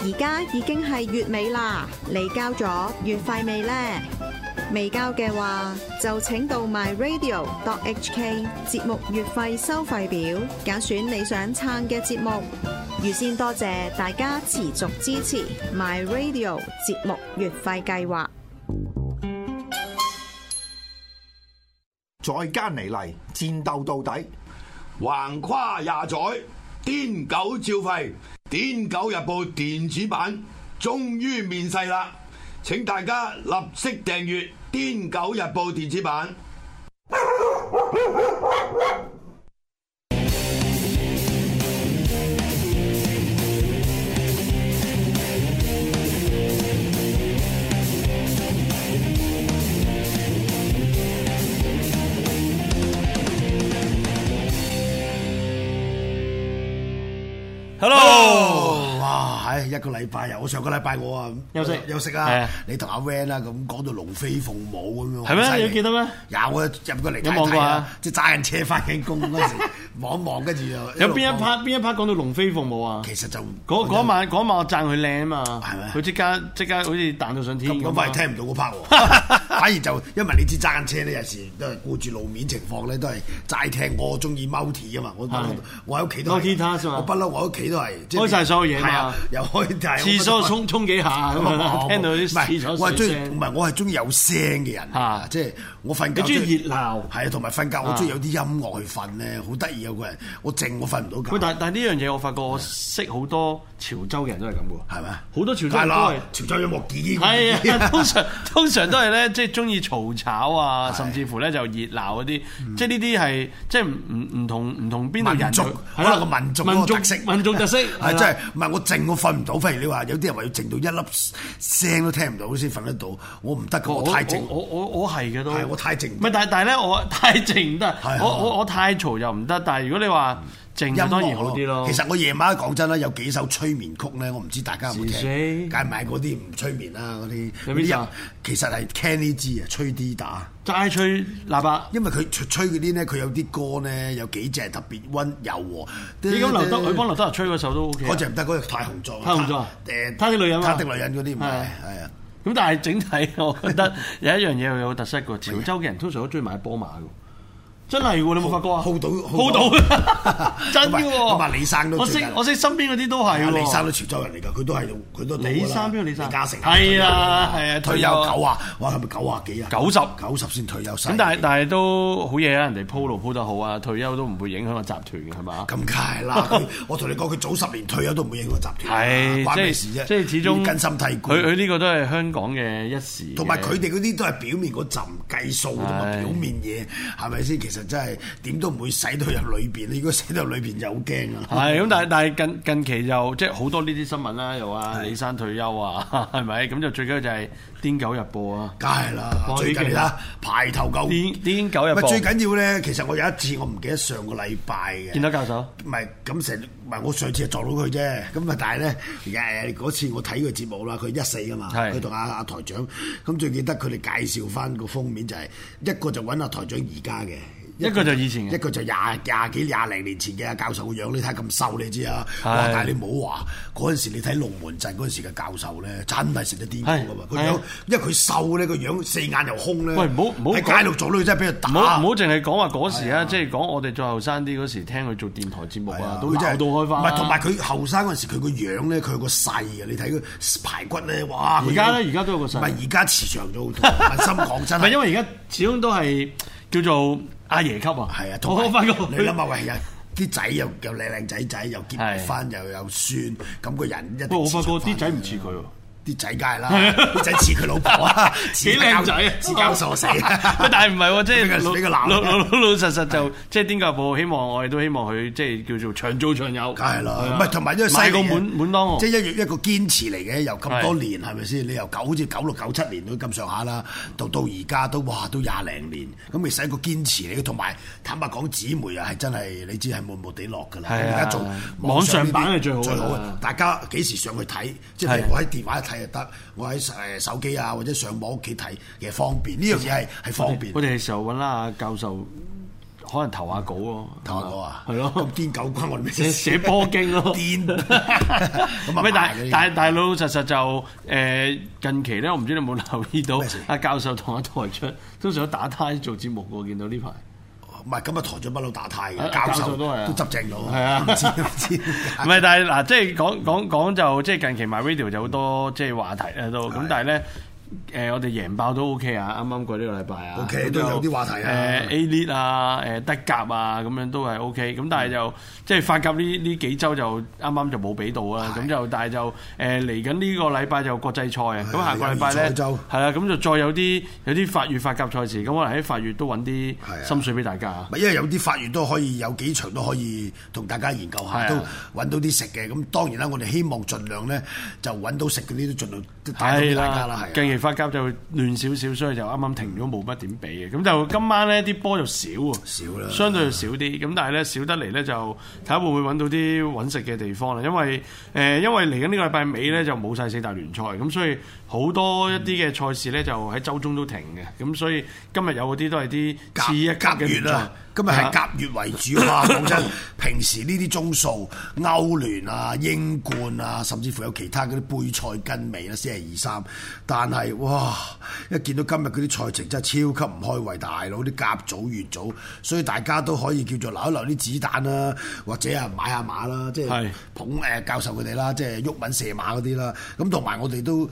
而家已經係月尾啦，你交咗月費未呢？未交嘅話，就請到 myradio.hk 節目月費收費表，揀選你想撐嘅節目。預先多謝大家持續支持 myradio 節目月費計劃。再艱泥嚟，戰鬥到底。橫跨廿載，癲狗照吠，癲狗日報電子版終於面世啦！請大家立即訂閱《癲狗日報》電子版。 Hello，哇！唉，一個禮拜又，我上個禮拜我啊哦休息休息係啊啊，你同阿 Van 啊咁講到龍飛鳳舞咁樣，係咩好犀利你記得咩？有啊，入過嚟有睇望過睇啊啊，即係揸緊車翻緊工嗰時望一望，跟住又有路邊一講 part 邊一 part 講到龍飛鳳舞啊？其實就嗰嗰晚嗰晚我讚佢靚啊嘛，係咩佢即刻即刻好似彈到上天咁咁咁啊。反而聽唔到嗰 part 喎， 反而就因為你知揸緊車咧，有時都係顧住路面情況咧，都係齋聽。我中意 multi 啊嘛，我不嬲係我喺屋企都係 Multitask 啊嘛我不嬲我喺屋企都係即係開晒所有嘢嘛係啊，又開大廁所沖沖幾下咁樣啦，聽到啲廁我所係水中意，唔聲。係我係中意有聲嘅人嚇，即係我瞓覺。你中意熱鬧係啊，同埋瞓覺我中意有啲音樂去瞓咧，好得意啊！個人我靜我瞓唔到喂，覺，但但呢樣嘢我發覺我識好多潮州嘅人都係咁嘅係咪啊？好多潮州係人都啦係，潮州音樂喎。節 係啊，通常通常都係咧，即係中意嘈吵啊，甚至乎咧就熱鬧嗰啲，即係呢啲係即係唔唔唔同唔同邊度人嗯民族佢可能個民族嗰民個族特色民族特色 啊係真係唔係我靜我瞓唔到，譬如你話有啲人話要靜到一粒聲都聽唔到先瞓得到，我唔得噶，我太靜，我我我係嘅都係我太靜唔係，但係但係咧，我 太靜唔得係，我係嗯我我太嘈又唔得。但係如果你話靜音就樂當然好啲咯。其實我夜晚講真啦，有幾首催眠曲咧，我唔知大家有冇是非聽，梗係買嗰啲唔催眠啦，嗰啲有邊嗰啲人首其實係 Kenny G 啊，吹 D 打。齋吹喇叭，因為佢吹吹嗰啲咧，佢有啲歌咧，有幾隻係特別温柔和。你咁劉德佢幫劉德華吹嗰首都 OK 啊。呃嗰隻唔得，嗰隻太紅咗。太紅咗啊誒，他的女人啊他的女人嗰啲唔係係，啊係啊。咁但係整體我覺 得有一樣嘢佢有特色嘅，潮州嘅人通常都中意買波馬嘅。真係喎，你冇發覺啊？好到好好到到， 真嘅喎！同埋李生都我最識近我識身邊嗰啲都係係啊，喎。李生都潮州人嚟㗎，佢都係佢都到㗎啦李生邊個李生李嘉誠係啊係啊退退休休九啊，哇係咪九啊幾啊？九十九十先退休，咁但係但係都好嘢啊！人哋鋪路鋪得好啊，退休都唔會影響個集團嘅係嘛？咁梗係 啦，佢我同你講，佢早十年退休都唔會影響個集團，係關即咩係事啫？即係始終要根深蒂固。佢佢呢個都係香港嘅一時嘅，同埋佢哋嗰啲都係表面嗰陣計數同埋係表面嘢，係咪先？其實真係點都唔會使到入裏邊。如果使到入裏邊就好驚啊！係咁，但係但係近近期又即係好多呢啲新聞啦，又話李生退休啊， 係咪？咁就最緊要就係《癲狗日報》啊，梗係啦，哇啊最近你睇下排頭狗。癲癲狗日唔報係最緊要咧，其實我有一次我唔記得上個禮拜嘅，見到教授唔係咁成，唔係我上次係撞到佢啫。咁啊，但係咧，誒嗰次我睇佢節目啦，佢一四啊嘛，係佢同阿阿台長，咁最記得佢哋介紹翻個封面就係、一個就揾阿台長而家嘅。一個就以前嘅一個就廿廿幾廿零年前嘅阿教授個樣，你睇咁瘦你知啊！係哇！但係你唔好話嗰陣時，你睇龍門陣嗰陣時嘅教授咧，真係食得癲㗎嘛！係個係樣啊，因為佢瘦咧，個樣四眼又空咧。喂唔好唔好喺講街度做咧，真係俾佢打。唔好唔好淨係講話嗰時啊，即係講我哋再後生啲嗰時聽佢做電台節目係啊啊，都鬧到開花唔啦。係同埋佢後生嗰陣時，佢個樣咧，佢有個細嘅，你睇佢排骨咧，哇！而家佢咧而家都有個細唔係而家慈祥咗好多，問心講真唔係係 因為而家始終都係叫做阿爺級啊，係啊，同埋 我發覺你諗下，喂，有啲仔又又靚靚仔仔，又結埋係婚，又有孫，咁個人一定喂 我發慈覺祥啲返仔唔嘅似佢 喎。啲仔梗係啦，啲仔似佢老婆啊，似幾佢教靚仔啊似教授死。啊喂，但係唔係喎，即俾佢俾係佢老鬧老老老老實實就即係《癲狗報》，希望我哋都希望佢即係叫做長做長有。梗係啦，啊唔係同埋因為買細個個滿滿當喎即係一一個堅持嚟嘅，由咁多係年係咪先？你由九好似九六九七年都咁上下啦，到到而家都哇都廿零年，咁其實係一個堅持嚟嘅。同埋坦白講，紙媒啊係真係你知係悶悶地落㗎啦。係啊而家做網上呢啲版係最好㗎最好係啊啊！大家幾時上去睇？即係譬如我喺電話睇就得，我喺誒手機啊或者上網屋企睇，其實方便呢樣嘢係係方便。我哋係時候揾啦，教授可能投下稿咯，投下稿啊，係咯咁癲狗關我哋咩寫事？寫波經咯， 癲咁啊唔係，但賣嗰啲但但老老實實就誒、近期咧，我唔知你有冇留意到咩事阿教授同阿台出通常都打呔做節目喎，見到呢排。唔係咁啊，台長不嬲打太啊嘅，教教授授都都係啊執正咗，係啊 唔知唔知點解 唔係，但係嗱，即係講講講就即係近期 my radio 就好多即係話題喺度，咁係但係咧。誒、我哋贏爆都 OK 啊！啱啱過呢個禮拜啊 OK，咁都有就啲話題啊誒、A League 啊，誒、德甲啊，咁樣都係 OK。咁嗯但係就即係法甲呢呢幾週就啱啱就冇俾到啦。係咁就但係就誒嚟緊呢個禮拜就國際賽啊。咁下個禮拜有咧二賽周係啦，咁就再有啲有啲法乙法甲賽事，咁可能喺法乙都揾啲係啊心水俾大家啊。咪因為有啲法院都可以有幾場都可以同大家研究係下，啊都揾到啲食嘅。咁當然啦，我哋希望盡量咧就揾到食嗰啲都盡量都帶到俾係大家啦啦，，近係啊。期法甲就亂少少，所以就啱啱停咗冇乜點比嘅。咁就今晚呢啲波就少啊，少啦相對就少啲。咁但係咧少得嚟咧就睇下會唔會揾到啲揾食嘅地方啦。因為誒、呃因為嚟緊呢個禮拜尾咧就冇晒四大聯賽，咁所以好多一啲嘅賽事咧就喺週中都停嘅。咁所以今日有嗰啲都係啲次一級甲嘅月聯賽啦，今日啊係甲月為主啊！講真，平時呢啲中數歐聯啊、英冠啊，甚至乎有其他嗰啲杯賽跟尾啦，啊先係二三。但係哇，一見到今日嗰啲賽程真係超級唔開胃，大佬啲甲組、乙組，所以大家都可以叫做留一留啲子彈啦，或者啊買下馬啦，即係係。捧誒、呃教授佢哋啦，即係鬱文射馬嗰啲啦。咁同埋我哋都誒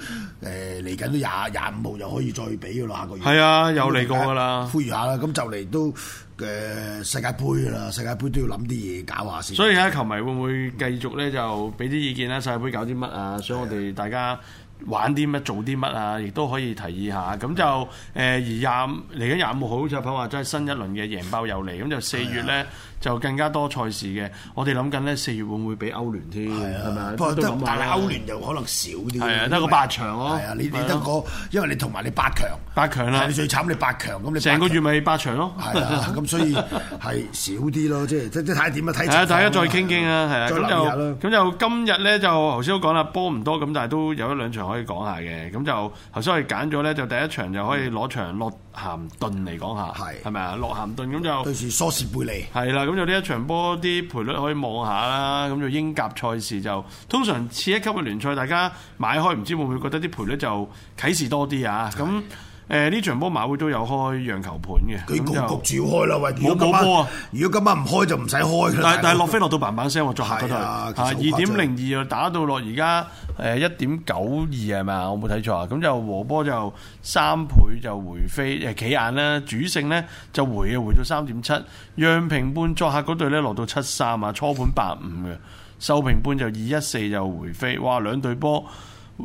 嚟緊都廿廿五號又可以再比噶啦，下個月。係啊又嚟過㗎啦呼籲下啦，咁就嚟都誒、呃世界盃㗎啦，世界盃都要諗啲嘢搞下先。所以睇下球迷會唔會繼續咧就俾啲意見啦，世界盃搞啲乜啊？所以我哋大家玩啲乜，做啲乜啊，亦都可以提議下。咁就誒、而廿五嚟緊廿五號，好似阿鵬話齋新一輪嘅贏爆又嚟，咁就四月啊咧就更加多賽事嘅。我哋諗緊咧四月會唔會俾歐聯添？係咪啊？不過都得諗下但係啦歐聯就可能少啲。係啊得個因為八場咯係啊，你你係啊得個，因為你同埋你八強。八強啦係你，最慘你八強咁你八成個強月咪八場咯。係啊，咁所以係少啲咯，即係即即睇下點啊，睇 情係啊，況大家啦再傾傾 啊，係啊，再留咁意下啦。就咁就今日咧就頭先都講啦，波唔多咁，但係都有一兩場可以講下嘅。咁就頭先我哋揀咗咧，就第一場就可以攞場洛咸頓嚟講下，係係咪啊？洛咸頓咁就對。住梳士貝利。係啦，咁就呢一場波啲賠率可以望下啦。咁就英甲賽事就通常次一級嘅聯賽，大家買開唔知會唔會覺得啲賠率就啟示多啲啊？咁誒呢場波馬會都有開讓球盤嘅，佢咁局就局住要開啦，喂！如冇果今晚冇波啊如果今晚唔開就唔使開㗎啦。但大佬但係洛飛落到嘭嘭聲喎，作客嗰度係啊其實二好誇張點零二又打到落而家誒一點九二係咪啊？我冇睇錯啊！咁就和波就三倍就回飛誒企硬啦，主勝呢就回啊回到三點七，讓平半作客嗰隊呢落到七三啊，初盤八五嘅，收平半就二一四就回飛，哇兩隊波！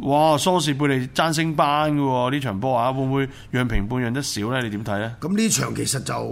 哇！蘇士貝利爭升班嘅喎，呢場波啊，會唔會讓平半讓得少呢？你點睇呢？咁呢場其實就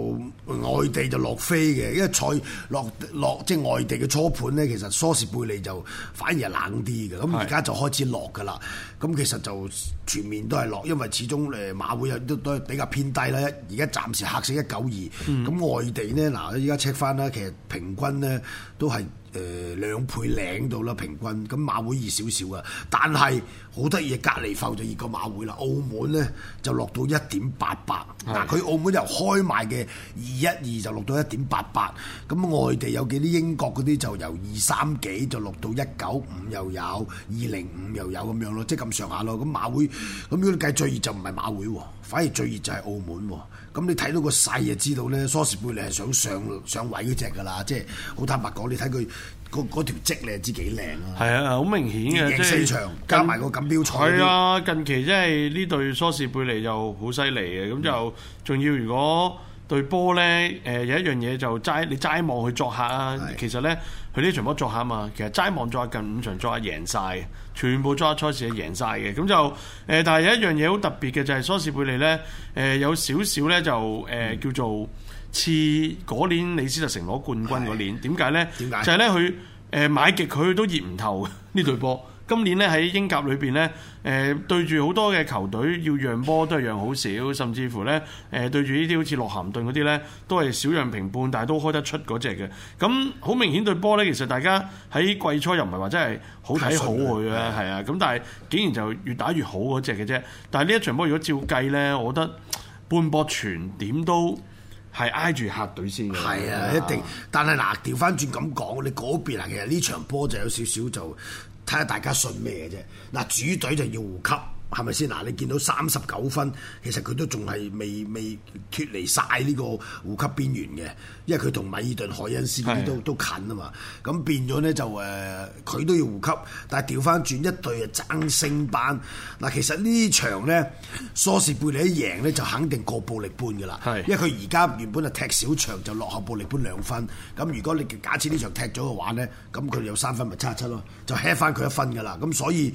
外地就落飛嘅，因為賽落落即係外地嘅初盤咧，其實梳士貝利就反而係冷啲嘅，咁而家就開始落㗎啦。咁其實就全面都係落，因為始終誒馬會有都都係比較偏低啦。而家暫時嚇死一九二，咁外地咧嗱，依家 check 翻啦，其實平均咧都係。誒、兩倍領到啦，平均咁馬會熱少少啊，但係好得意嘅隔離埠就熱過馬會啦，澳門咧就落到一點八八，嗱佢澳門由開賣嘅二一二就落到一點八八，咁外地有幾啲英國嗰啲就由二三幾就落到一九五又有，二零五又有咁樣咯，即係咁上下咯。咁馬會咁如果你計最熱就唔係馬會喎，反而最熱就係澳門喎。咁你睇到個勢就知道咧，蘇士貝利係想上上位嗰只㗎啦，即係好坦白講，你睇佢嗰嗰條積你就知幾靚啦。係啊，好明顯嘅，贏即係四場加埋個錦標賽嗰啲係啊，近期即係呢隊梳士貝利就好犀利嘅，嗯咁就仲要如果對波咧，誒、有一樣嘢就齋你齋望佢作客啊，係其實咧佢呢場波作客啊嘛，其實齋望作客近五場作客贏晒嘅，全部作客賽事係贏晒嘅，咁就誒、但係有一樣嘢好特別嘅就係梳士貝利咧，誒、有少少咧就誒、嗯叫做似嗰年李斯特城攞冠軍嗰年，點解咧？點解就係咧佢誒買極佢都熱唔透嘅 呢隊波。今年咧喺英甲裏邊咧，誒、對住好多嘅球隊要讓波都係讓好少，甚至乎咧誒、對住呢啲好似洛咸頓嗰啲咧，都係少讓平半，但係都開得出嗰只嘅。咁好明顯對波咧，其實大家喺季初又唔係話真係好睇好佢啊，係啊。咁但係竟然就越打越好嗰只嘅啫。但係呢一場波如果照計咧，我覺得半波全點都。係挨住客隊先嘅。係啊，一定。但係嗱，調翻轉咁講，你嗰邊啊，其實呢場波就有少少就睇下大家信咩嘅啫。嗱，主隊就要護級。係咪先嗱？你見到三十九分，其實佢都仲係未未脱離晒呢個護級邊緣嘅，因為佢同米爾頓、海恩斯嗰啲都係都近啊嘛。咁變咗咧就誒，呃佢、都要護級，但係調翻轉一隊啊爭升班。嗱，其實呢場咧，蘇士貝利一贏咧就肯定過暴力般噶啦，係因為佢而家原本係踢少場就落後暴力般兩分，咁如果你假設呢場踢咗嘅話咧，咁佢有三分咪七七咯，就 h 翻佢一分噶啦，咁所以。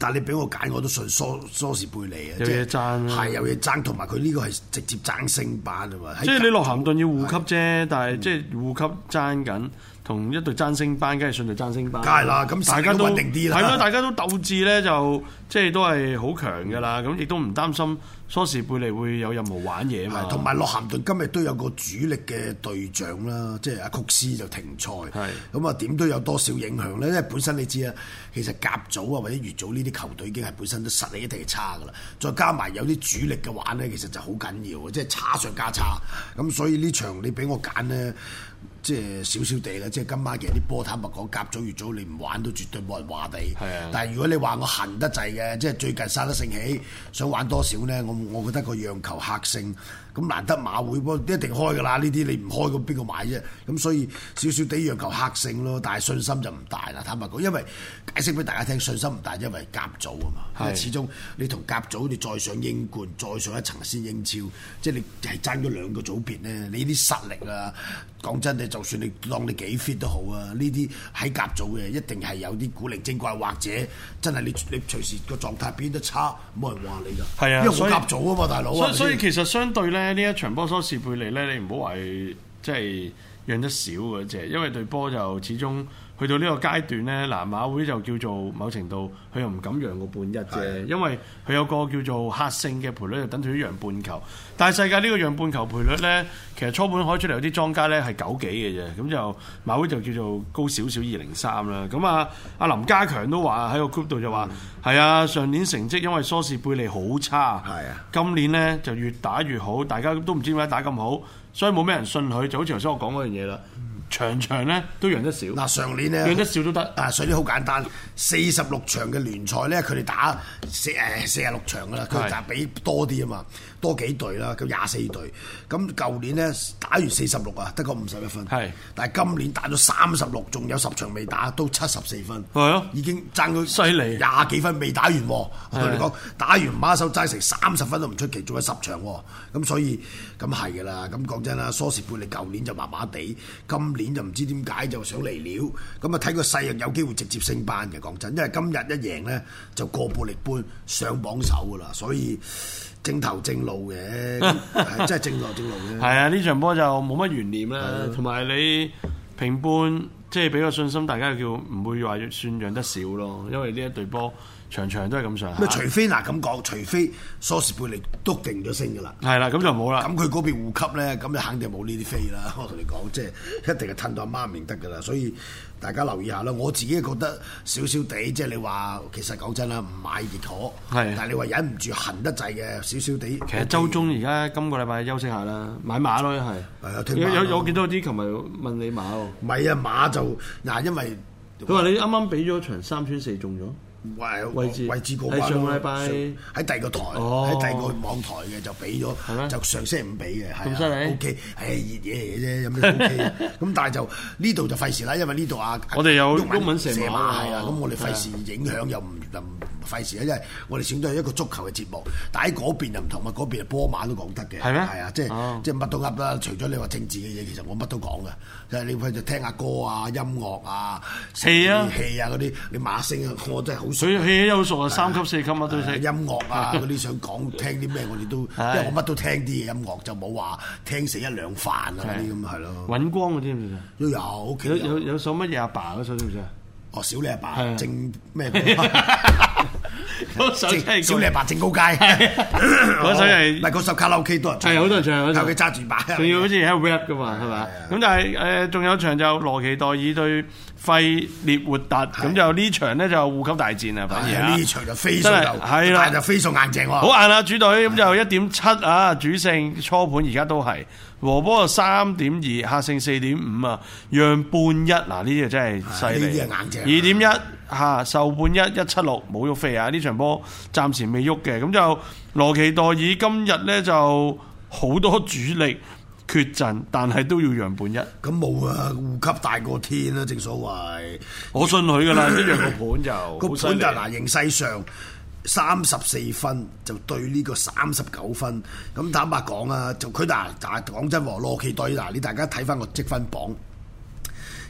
但你俾我揀，我都信蘇蘇士貝利啊！有即係嘢爭啦係有嘢爭，同埋佢呢個係直接爭升班啊嘛！喺嗯即係你落咸頓要護級啫，但係即係護級爭緊，同一隊爭升班，梗係順隊爭升班。梗係啦咁實力大家都都穩定啲啦係咯，大家都鬥志咧，就即係都係好強噶啦。咁亦都唔擔心蘇士貝利會有任何玩嘢啊嘛。係同埋洛咸頓今日都有個主力嘅隊長啦，即係阿曲斯就停賽，係咁啊點都有多少影響咧？因為本身你知啊，其實甲組啊或者乙組呢啲球隊已經係本身都實力一定係差噶啦，再加埋有啲主力嘅話咧，其實就好緊要嘅，即係差上加差。咁所以呢場你俾我揀咧。即係少少地啦，即係今晚其實啲波坦白講，甲組乙組你唔玩都絕對冇人話你。係啊但係如果你話我痕得滯嘅，即係最近殺得盛起，想玩多少呢？我我覺得個讓球客勝，咁難得馬會波一定開㗎啦。呢啲你唔開咁邊個買啫？咁所以少少地讓球客勝咯，但係信心就唔大啦。坦白講，因為解釋俾大家聽，信心唔大，因為甲組啊嘛。因為係始終你同甲組你再上英冠，再上一層先英超，即係你係爭咗兩個組別呢。你啲實力啊，講真，你就算你當你幾 fit 都好啊，呢啲喺甲組嘅一定係有啲古靈精怪，或者真係你你隨時個狀態變得差，冇人話你㗎。係啊因為所我以甲組啊嘛，大佬所啊。以所以其實相對咧，呢一場波蘇士貝利咧，你唔好話係即係讓得少嘅啫，因為對波就始終去到呢個階段咧，嗱馬會就叫做某程度佢又唔敢讓個半一啫，因為佢有個叫做客勝嘅賠率，就等同於讓半球。但係世界呢個讓半球賠率咧，其實初盤開出嚟有啲莊家咧係九幾嘅啫，咁就馬會就叫做高少少二零三啦。咁啊，阿林家強都話喺個 group 度就話係、啊，上年成績因為蘇士貝利好差。係啊今年呢就越打越好，大家都唔知點解打咁好，所以冇咩人信佢，就好似頭先我講嗰樣嘢啦。場場呢都贏得 少，嗱上年呢。贏得少都得。啊，所以好簡單，四十六場嘅聯賽咧，佢哋打四誒四十六場噶啦，佢係哋打比多啲啊嘛，多幾隊啦，咁廿四隊。咁舊年咧打完四十六啊，得個五十一分。係但係今年打咗三十六，仲有十場未打，都七十四分。係咯已經爭咗犀利廿幾分未打完喎。我同你講，打完馬手齋成三十分都唔出奇，仲有十場喎。咁所以咁係㗎啦。咁講真啦，蘇士貝利舊年就麻麻地，今年就唔知點解就想嚟料。咁啊睇個勢有機會直接升班嘅。講真，因為今日一贏呢，就過暴力般上榜首㗎啦。所以正頭正路嘅，係真係正路正路嘅。係啊，呢場波就冇乜懸念啦，同埋你平半即係俾個信心，大家叫唔會話算讓得少咯，因為呢一隊波場場都係咁上咁啊下除。非嗱咁講，除非蘇士貝利篤定咗升㗎啦。係啦，咁就冇啦。咁佢嗰邊護級咧，咁就肯定冇呢啲飛啦。 我同你講，即係一定係褪到阿媽唔認得㗎啦。所以大家留意下啦。我自己覺得少少地，即係你話其實講真啦，唔買亦可。係但係你話忍唔住痕得滯嘅，少少地。其實周中而家今個禮拜休息下啦，買馬咯係啊係。聽有馬有咯有我見到有啲琴日問你馬喎，唔係啊，馬就嗱，因為佢話你啱啱俾咗場三穿四中咗。位位置位置過喺關上咯禮拜喺第二個台，哦喺第二個網台嘅就俾係咩咗，就上星期五俾嘅，係咁犀利 O K，係熱嘢嚟嘅啫，有咩 O K 啊？咁但係就呢度就費事啦，因為呢度啊，我哋有毓毓民射馬馬啊係啊，咁我哋係啊費事影響又唔又唔費事啊，因為我哋始終都係一個足球嘅節目，但喺嗰邊就唔同啊，嗰邊波馬都講得嘅，係咩係啊，即哦係即係乜都噏啦，除咗你話政治嘅嘢，其實我乜都講嘅，即係你去就聽下歌啊、音樂啊、戲啊戲啊嗰啲，你馬聲啊，我真係好佢佢有熟啊，三級四級乜都誒識。音樂 啊嗰啲想講聽啲咩，我哋都係因為我乜都聽啲嘅音樂，就冇話聽死一兩飯啊嗰啲咁係咯，尹光嗰啲知唔知啊？都有屋企有有有有首乜嘢阿爸嗰首知唔知啊？ 哦少你係阿爸啊正咩？嗰首真係小李白正高街，嗰 嗰首係唔係嗰首卡拉 OK 多人唱，係好多人唱嗰首靠佢揸住把，仲要好似喺度 rap 噶嘛，係嘛？咁但係誒，仲有場就羅奇代爾對費列活特，咁就呢場咧就護級大戰啊，反而啊哎呢場就飛 數真係就，係啦但係就飛數硬淨喎。好硬啊，主隊咁就一點七啊，主勝初盤而家都係和波啊三點二，客勝四點五啊，讓半一嗱呢啲就真係犀啊利，呢啲係二硬點一嚇受半一一七六冇喐飛啊！呢場波暫時未喐嘅，咁就羅奇代爾今日咧就好多主力缺陣，但係都要讓半一，咁冇啊，護級大過天啦，正所謂我信佢噶 啦，一樣個盤就個好犀盤利就。嗱形勢上。三十四分就對呢個三十九分，咁坦白講啊，就佢嗱嗱講真喎，羅奇隊嗱，你大家睇翻個積分榜，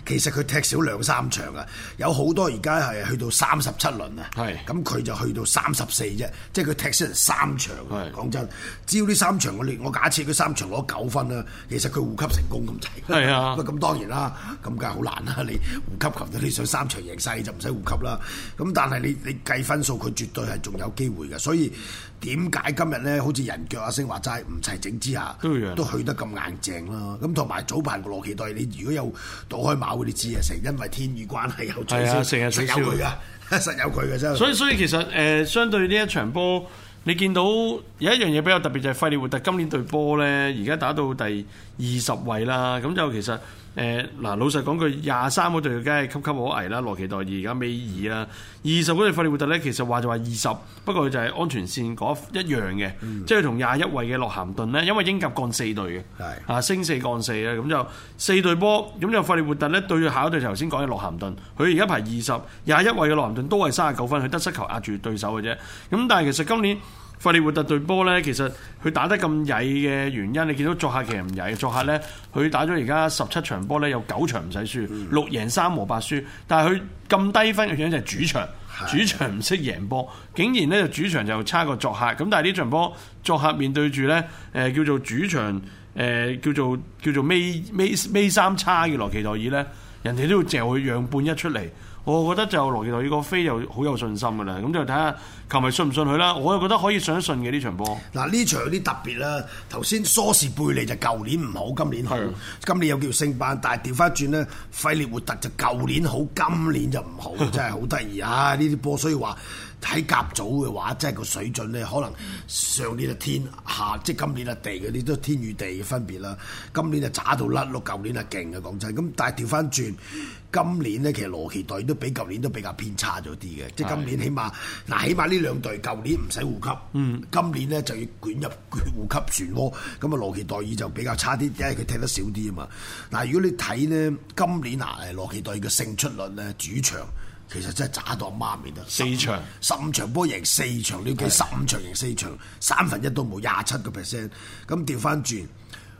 其實佢踢少兩三場啊，有好多而家係去到三十七輪啊，係咁佢就去到三十四啫，即係佢踢少人三場啊係。講真，只要呢三場我哋我假設佢三場攞九分啦，其實佢護級成功咁滯。係啊不過咁當然啦，咁梗係好難啦。你護級球隊你想三場贏晒就唔使護級啦。咁但係你你計分數，佢絕對係仲有機會嘅。所以點解今日咧好似人腳阿星話齋唔齊整之下，都要贏都去得咁硬淨啦。咁同埋早排個羅奇隊，你如果有倒開馬會，你知啊，成因為天雨關係有取係啊消，成日取實消有佢噶，實有佢嘅真係。所以所以其實誒、呃相對呢一場波，你見到有一樣嘢比較特別就係費列活特今年對波咧，而家打到第二十位啦。咁就其實誒嗱、老實講句，廿三嗰隊梗係岌岌可危啦，羅奇代爾而家尾二啦，嗯二十嗰隊費列活特咧，其實話就話二十，不過佢就係安全線嗰一樣嘅，即係佢同廿一位嘅洛咸頓咧，因為英甲降四隊嘅，係啊升四降四啦，咁就四隊波，咁就費列活特咧對下一隊頭先講嘅洛咸頓，佢而家排二十廿一位嘅洛咸頓都係三十九分，佢得失球壓住對手嘅啫。咁但係其實今年費列活特對波咧，其實佢打得咁曳嘅原因，你見到作客其實唔曳，作客咧佢打咗而家十七場波咧，有九場唔使輸，六贏三和八輸，但係佢咁低分嘅原因就係主場。主場唔識贏波，竟然咧就主場就差過作客。咁但係呢場波作客面對住咧誒叫做主場誒、呃叫做叫做尾尾尾三差嘅羅奇代爾咧，人哋都要嚼佢讓半一出嚟。我覺得就羅奇代爾個飛又好有信心㗎啦。咁就睇下球迷信唔信佢啦。我又覺得可以信一信嘅呢場波。嗱呢場有啲特別啦，頭先梳士貝利就舊年唔好，今年好，今年有叫升班，但係調翻轉咧，費列活特就舊年好，今年就唔好，真係好得意啊！呢啲波所以話喺甲組嘅話，真係個水準咧，可能上年就天下，即係今年啊地嗰啲都天與地嘅分別啦。今年就渣到甩碌，舊年啊勁嘅講真，咁但係調翻轉。今年咧，其實羅奇隊都比舊年都比較偏差咗啲嘅，即係今年起碼嗱，起碼呢兩隊舊年唔使護級，嗯，今年咧就要捲入護級漩渦，咁啊羅奇代爾就比較差啲，因為佢踢得少啲啊嘛。嗱，如果你睇咧，今年啊誒羅奇隊嘅勝出率咧，主場其實真係渣到阿媽咪得，四場十五場波贏四場，你要計十五場贏四場，三分一都冇，廿七個 percent。咁調翻轉，誒、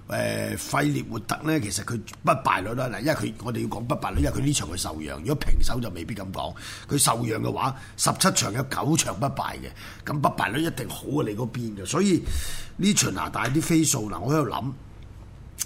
費列活特咧，其實佢不敗率啦，嗱，因為佢我哋要講不敗率，因為佢呢場佢受讓，如果平手就未必咁講。佢受讓嘅話，十七場有九場不敗嘅，咁不敗率一定好過你嗰邊嘅。所以呢場嗱，但係啲飛數嗱，我喺度諗。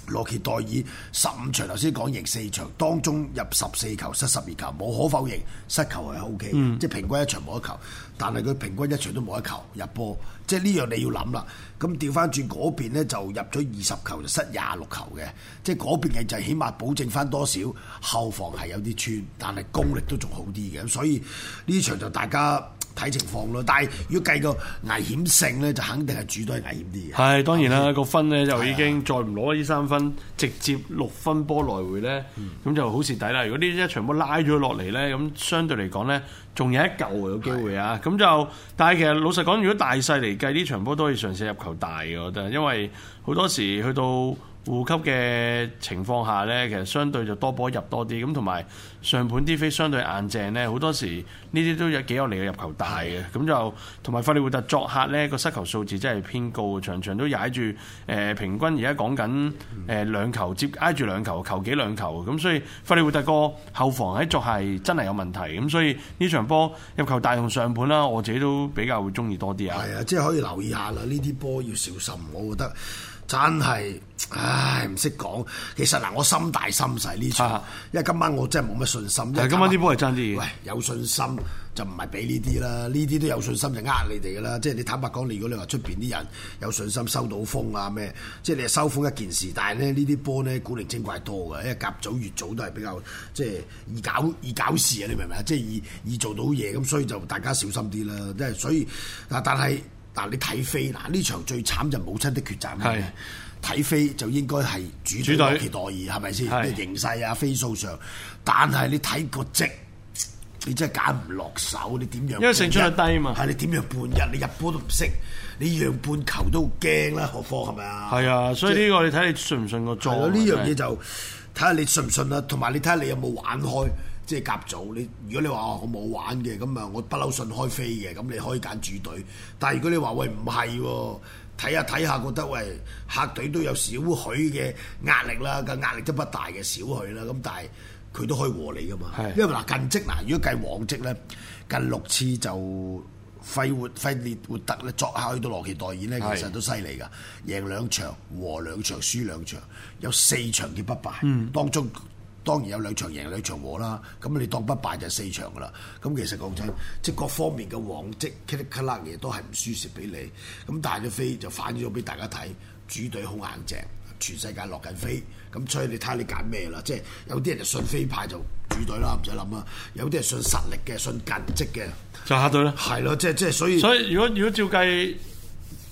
羅奇代爾十五場頭先講贏四場，當中入十四球失十二球，無可否認失球係 O K，即係平均一場冇一球，但係佢平均一場都冇一球入波，即係呢樣你要諗啦。咁調翻轉嗰邊呢，就入咗二十球就失廿六球嘅，即係嗰邊嘅就起碼保證翻多少後防係有啲穿，但係功力都仲好啲嘅，咁所以呢場就大家。睇情況咯，但係如果計個危險性呢，就肯定係主隊危險啲嘅。係當然啦，個分咧就已經再唔攞呢三分，直接六分波來回咧，咁、就好蝕底啦。如果呢一場波拉咗落嚟咧，咁相對嚟講咧，仲有一嚿嘅有機會啊。咁就但係其實老實講，如果大細嚟計，呢場波都可以嘗試入球大嘅，我覺得，因為好多時去到。護級嘅情況下呢，其實相對就多波入多啲，咁同埋上盤啲飛相對硬淨呢，好多時呢啲都有幾有利嘅入球大嘅，咁就同埋費利活特作客呢個失球數字真係偏高嘅，場場都踩住誒、呃平均而家講緊誒兩球接挨住兩球，球幾兩球，咁所以費利活特個後防喺作客係真係有問題，咁所以呢場波入球大同上盤啦，我自己都比較會中意多啲啊。係啊，即係可以留意下啦。呢啲波要小心，我覺得真係，唉，唔識講。其實嗱，我心大心細呢啊場，因為今晚我真係冇乜信心。因為但係今晚啲波係爭啲嘅喂，有信心就唔係俾呢啲啦，呢啲都有信心就呃你哋噶啦。即係你坦白講，你如果你話出邊啲人有信心收到風啊咩，即係你係收風一件事，但係咧呢啲波咧古靈精怪多嘅，因為甲組、乙組都係比較即係易搞易搞事啊！你明唔明啊？即係易易做到嘢咁，所以就大家小心啲啦。即係所以嗱，但係嗱你睇飛嗱呢場最慘就母親的決戰啦係睇飛就應該係主主隊隊洛奇代爾係咪先？係咩形勢啊、飛數上，但係你睇個積，你真係揀唔落手，你點樣半一？因為勝出率低啊嘛係你點樣半一？你入波都唔識，你讓半球都好驚啦，何況係咪啊？係啊，所以呢個你睇你信唔信個係咯，莊？啊呢樣嘢就睇下你信唔信啦，同埋你睇下你有冇玩開。即係甲組，你如果你話哦我冇玩嘅，咁啊我不嬲信開飛嘅，咁你可以揀主隊。但係如果你話喂唔係喎，睇下睇下覺得喂客隊都有少許嘅壓力啦，個壓力都不大嘅少許啦，咁但係佢都可以和你噶嘛。係因為嗱近績嗱，如果計往績咧，近六次就費活費列活特咧作客去到羅奇代爾咧，係其實都犀利噶，贏兩場，和兩場，輸兩場，有四場嘅不敗，當中。當然有兩場贏兩場和啦，咁你當不敗就四場噶啦。咁其實講真，即係各方面嘅往績，k 哩卡啦嘢都係唔輸蝕俾你。咁但係咗飛就反映咗俾大家睇，主隊好硬淨，全世界落緊飛。咁所以你睇下你揀咩啦，即係有啲人就信飛派就主隊啦，唔使諗啦。有啲人信實力嘅，信近績嘅，就客隊啦。係咯，即係即係所以。所以如果如果照計，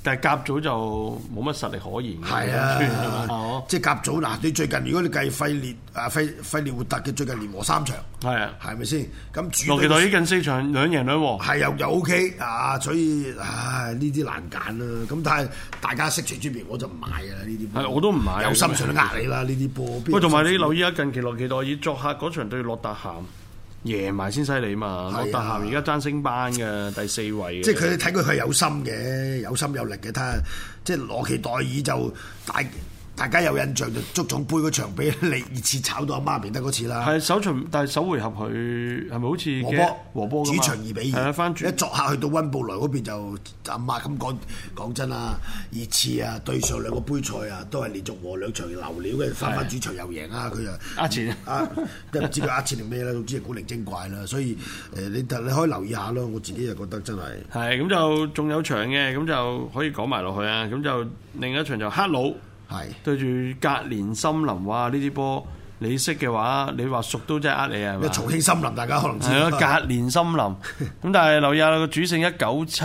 但係甲組就冇乜實力可言嘅。係係嘛啊哦，即係甲組嗱，你最近如果你計費列啊費費列活特嘅最近連和三場，係啊，係咪先？咁主羅奇隊隊呢近四場兩贏兩和。係又又 OK 啊，所以唉呢啲難揀啦。咁但係大家識隨之便，我就唔買㗎啦呢啲波。係我都唔買有心想都呃你啦呢啲波。邊有喂，同埋你心想留意下近期洛奇代爾作客嗰場對洛達咸贏埋先犀利嘛，係啊洛達咸而家爭升班嘅第四位嘅即係佢睇佢係有心嘅，有心有力嘅。睇下即係羅奇代爾就大大家有印象就足總杯嗰場俾你 熱刺炒到阿媽面得嗰次啦。係首場，但係首回合佢係咪好似和嘅波和波㗎主嘛場二比係啊，二，翻主一作客去到温布萊嗰邊就阿媽咁講講真啊，熱刺啊對上兩個杯賽啊都係連續和兩場流料嘅，翻翻主場又贏啊，佢就呃錢啊，都唔知佢呃錢定咩啦，總之係古靈精怪啦，所以誒、呃你但你可以留意下咯，我自己就覺得真係係咁就仲有場嘅，咁就可以講埋落去啊。咁就另一場就克魯係對住格連森林，哇！呢啲波你識嘅話，你話熟都真係呃你啊，係因為嘛？重慶森林大家可能知係啊道咯，隔年森 林。咁但係留意下個主勝一九七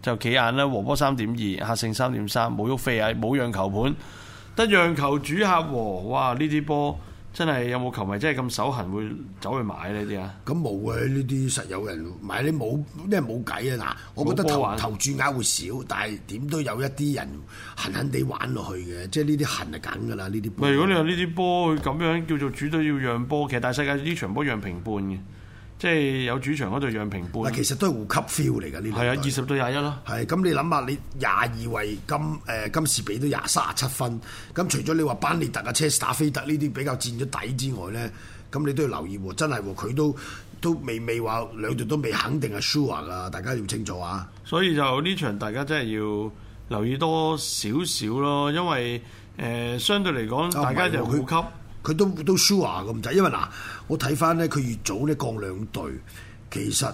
就企硬啦，和波三點二，客勝三點三，冇喐飛啊，冇讓球盤，得讓球主客和，哇！呢啲波真係有冇球迷真係咁手痕會走去買呢啲啊？咁冇嘅呢啲實有人買，你冇因為冇計啊！嗱，我覺得冇波投玩投注額會少，但係點都有一啲人痕痕地玩落去嘅，即係呢啲痕係梗㗎啦，呢啲波喂，如果你話呢啲波佢咁樣叫做主隊要讓波，其實大世界呢場波讓平半嘅，即係有主場嗰度讓平半，嗱，其係實都係互吸 feel 嚟㗎呢啲。啊，二十對廿一咯。係咁，你諗下，你廿二位金誒、呃金士比都廿三十七分，咁除咗你話班列特啊、車士打菲特呢啲比較佔咗底之外咧，咁你都要留意喎，真係喎，佢都都未未話兩隊都未肯定係 sure 㗎，大家要清楚啊！所以就呢場大家真係要留意多少少咯，因為誒、呃相對嚟講，啊大家就唔係互喎吸佢佢都都 sure 咁滯，因為嗱，我睇翻咧，佢越早咧降兩隊，其實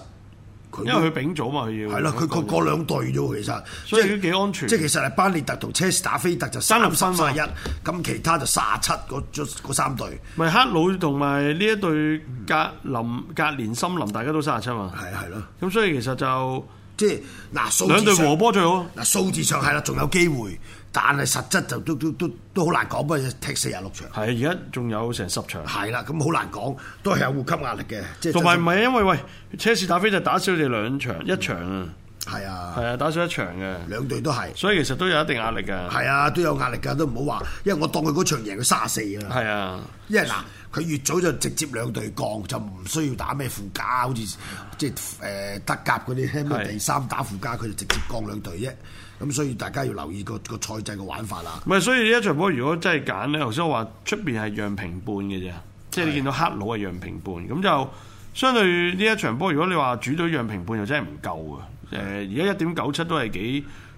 佢因為佢丙組嘛，佢要係啦，佢佢降兩隊啫喎，其實所以即係都幾安全即係其實係班列特同車士打菲特就三爭六十分喎三一，咁其他就三十七嗰三隊，咪克魯同埋呢一對格林格連森林，大家都三十七嘛，係係咯，咁所以其實就即係嗱數兩字隊上和波最好。嗱數字上係啦，仲有機會，但係實質就都都都都好難講，不過踢四廿六場係而家仲有成十場，係啦，咁好難講，都係有互吸壓力嘅，即係同埋唔係啊因為喂車士打飛就打少你兩場，一場啊，係啊，係啊，打少一場嘅，兩隊都係。所以其實都有一定壓力㗎。係啊，都有壓力㗎，都唔好話，因為我當佢嗰場贏佢三十四啊，係啊。因為嗱，佢越早就直接兩隊降，就唔需要打咩附加，好似即係誒德甲嗰啲咩係第三打附加，佢就直接降兩隊啫。咁所以大家要留意個個賽制嘅玩法啦。 唔係，所以呢一場波如果真係揀咧，頭先我話出邊係讓平半嘅啫，即係你見到黑佬係讓平半，咁就相對呢一場波，如果你話主隊讓平半又真係唔夠嘅。啊誒，而家一點九七都係幾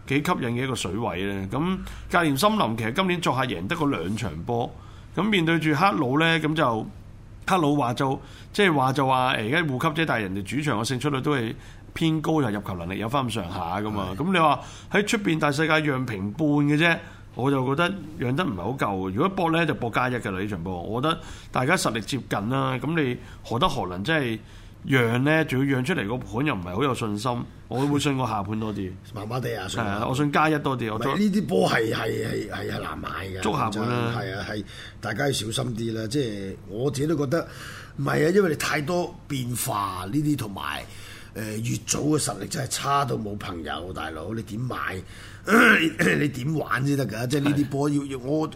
幾吸引嘅一個水位咧。咁格連森林其實今年作客贏得嗰兩場波，咁面對住黑佬咧，咁就卡魯話就即係話就話誒而家護級啫，但係人哋主場嘅勝出率都係偏高，又入球能力有翻咁上下噶嘛。咁你話喺出邊大世界讓平半嘅啫。我就覺得讓得唔係好夠，如果搏呢，就搏加一嘅啦呢場波，我覺得大家實力接近啦，咁你何德何能真係讓呢？仲要讓出嚟個盤又唔係好有信心，我會信個下盤多啲，麻麻地啊，係信啊，我信加一多啲，唔我係都呢啲波係係係係係難買嘅，捉下盤啦啊係啊係，大家要小心啲啦。即係我自己都覺得唔係啊，因為你太多變化呢啲，同埋誒越早嘅實力真係差到冇朋友，大佬你點買？ 你點玩先得㗎？即係呢啲波要要我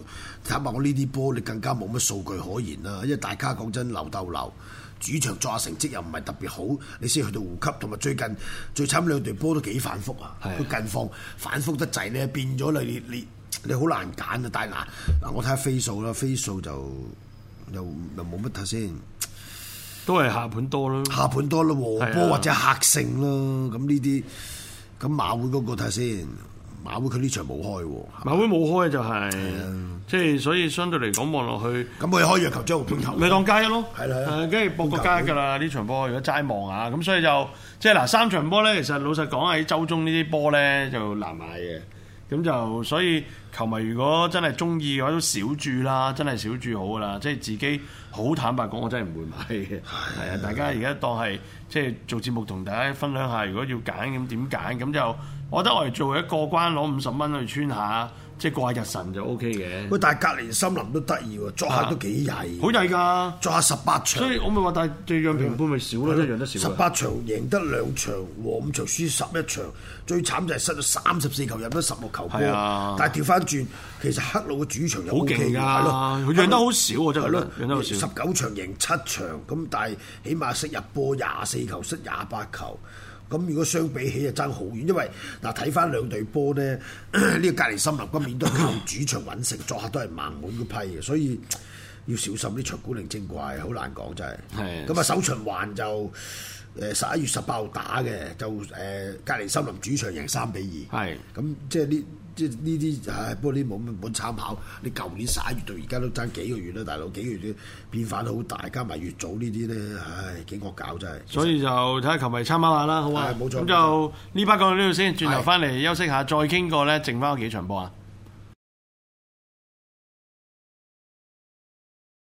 坦白講，呢啲波你更加冇乜數據可言啦。因為大家講真流鬥流。主場作下成績又唔係特別好，你先去到護級，同埋最近最慘兩隊波都幾反覆啊！係啊佢近況反覆得滯咧，變咗你你你好難揀啊！但係嗱嗱，我睇下飛數啦，飛數就又又冇乜睇先，都係下盤多啦。下盤多啦，和係啊波或者客勝啦，咁呢啲咁馬會嗰個睇下先，馬會佢呢場冇開喎，馬會冇開就係、即係所以相對嚟講望落去，咁佢開弱球將和半球，咪當加一咯，係啦係啦誒跟住博個加一㗎啦。呢場波如果齋望下，咁所以就即係嗱三場波咧，其實老實講喺周中呢啲波咧就難買嘅。咁就所以球迷如果真係中意嘅話，都少注啦，真係少注好㗎啦。即係自己好坦白講，我真係唔會買嘅。係啊，大家而家當係即係做節目同大家分享下，如果要揀咁點揀，咁就我覺得我哋做一個關攞五十蚊去穿下，即係過下日神就 O K 嘅，喂，但係隔離森林都得意喎，作客都幾曳，啊好曳㗎。作下十八場所。以我咪話，但係最讓平半咪少咯，即係讓得十少啊。八場贏得兩場，和五場輸十一場，最慘就係失咗三十四球，入咗十六球波。係啊但係調翻轉，其實黑路嘅主場又好 O K 勁㗎係咯佢讓得好少喎真係係咯，讓得好少十九場贏七場，咁但係起碼識入波廿四球，失廿八球。咁如果相比起就爭好遠，因為嗱睇翻兩隊波呢， 呢個隔離森林今年都係靠主場揾食，作客都係盲滿嗰批嘅，所以要小心呢場古靈精怪，好難講真係。係咁啊，首循環就誒十一月十八號打嘅，就誒、呃隔離森林主場贏三比二。係咁即係呢即係呢啲唉，不過呢冇乜冇參考。你舊年十一月到而家都爭幾個月啦，大佬幾個月都變化都好大，加埋月組呢啲咧，唉幾惡搞真係。所以就睇下球迷參考下啦，好啊。係冇咁錯冇錯就呢班講到呢度先，轉頭翻嚟休息下，再傾過咧，剩翻嗰幾場波啊。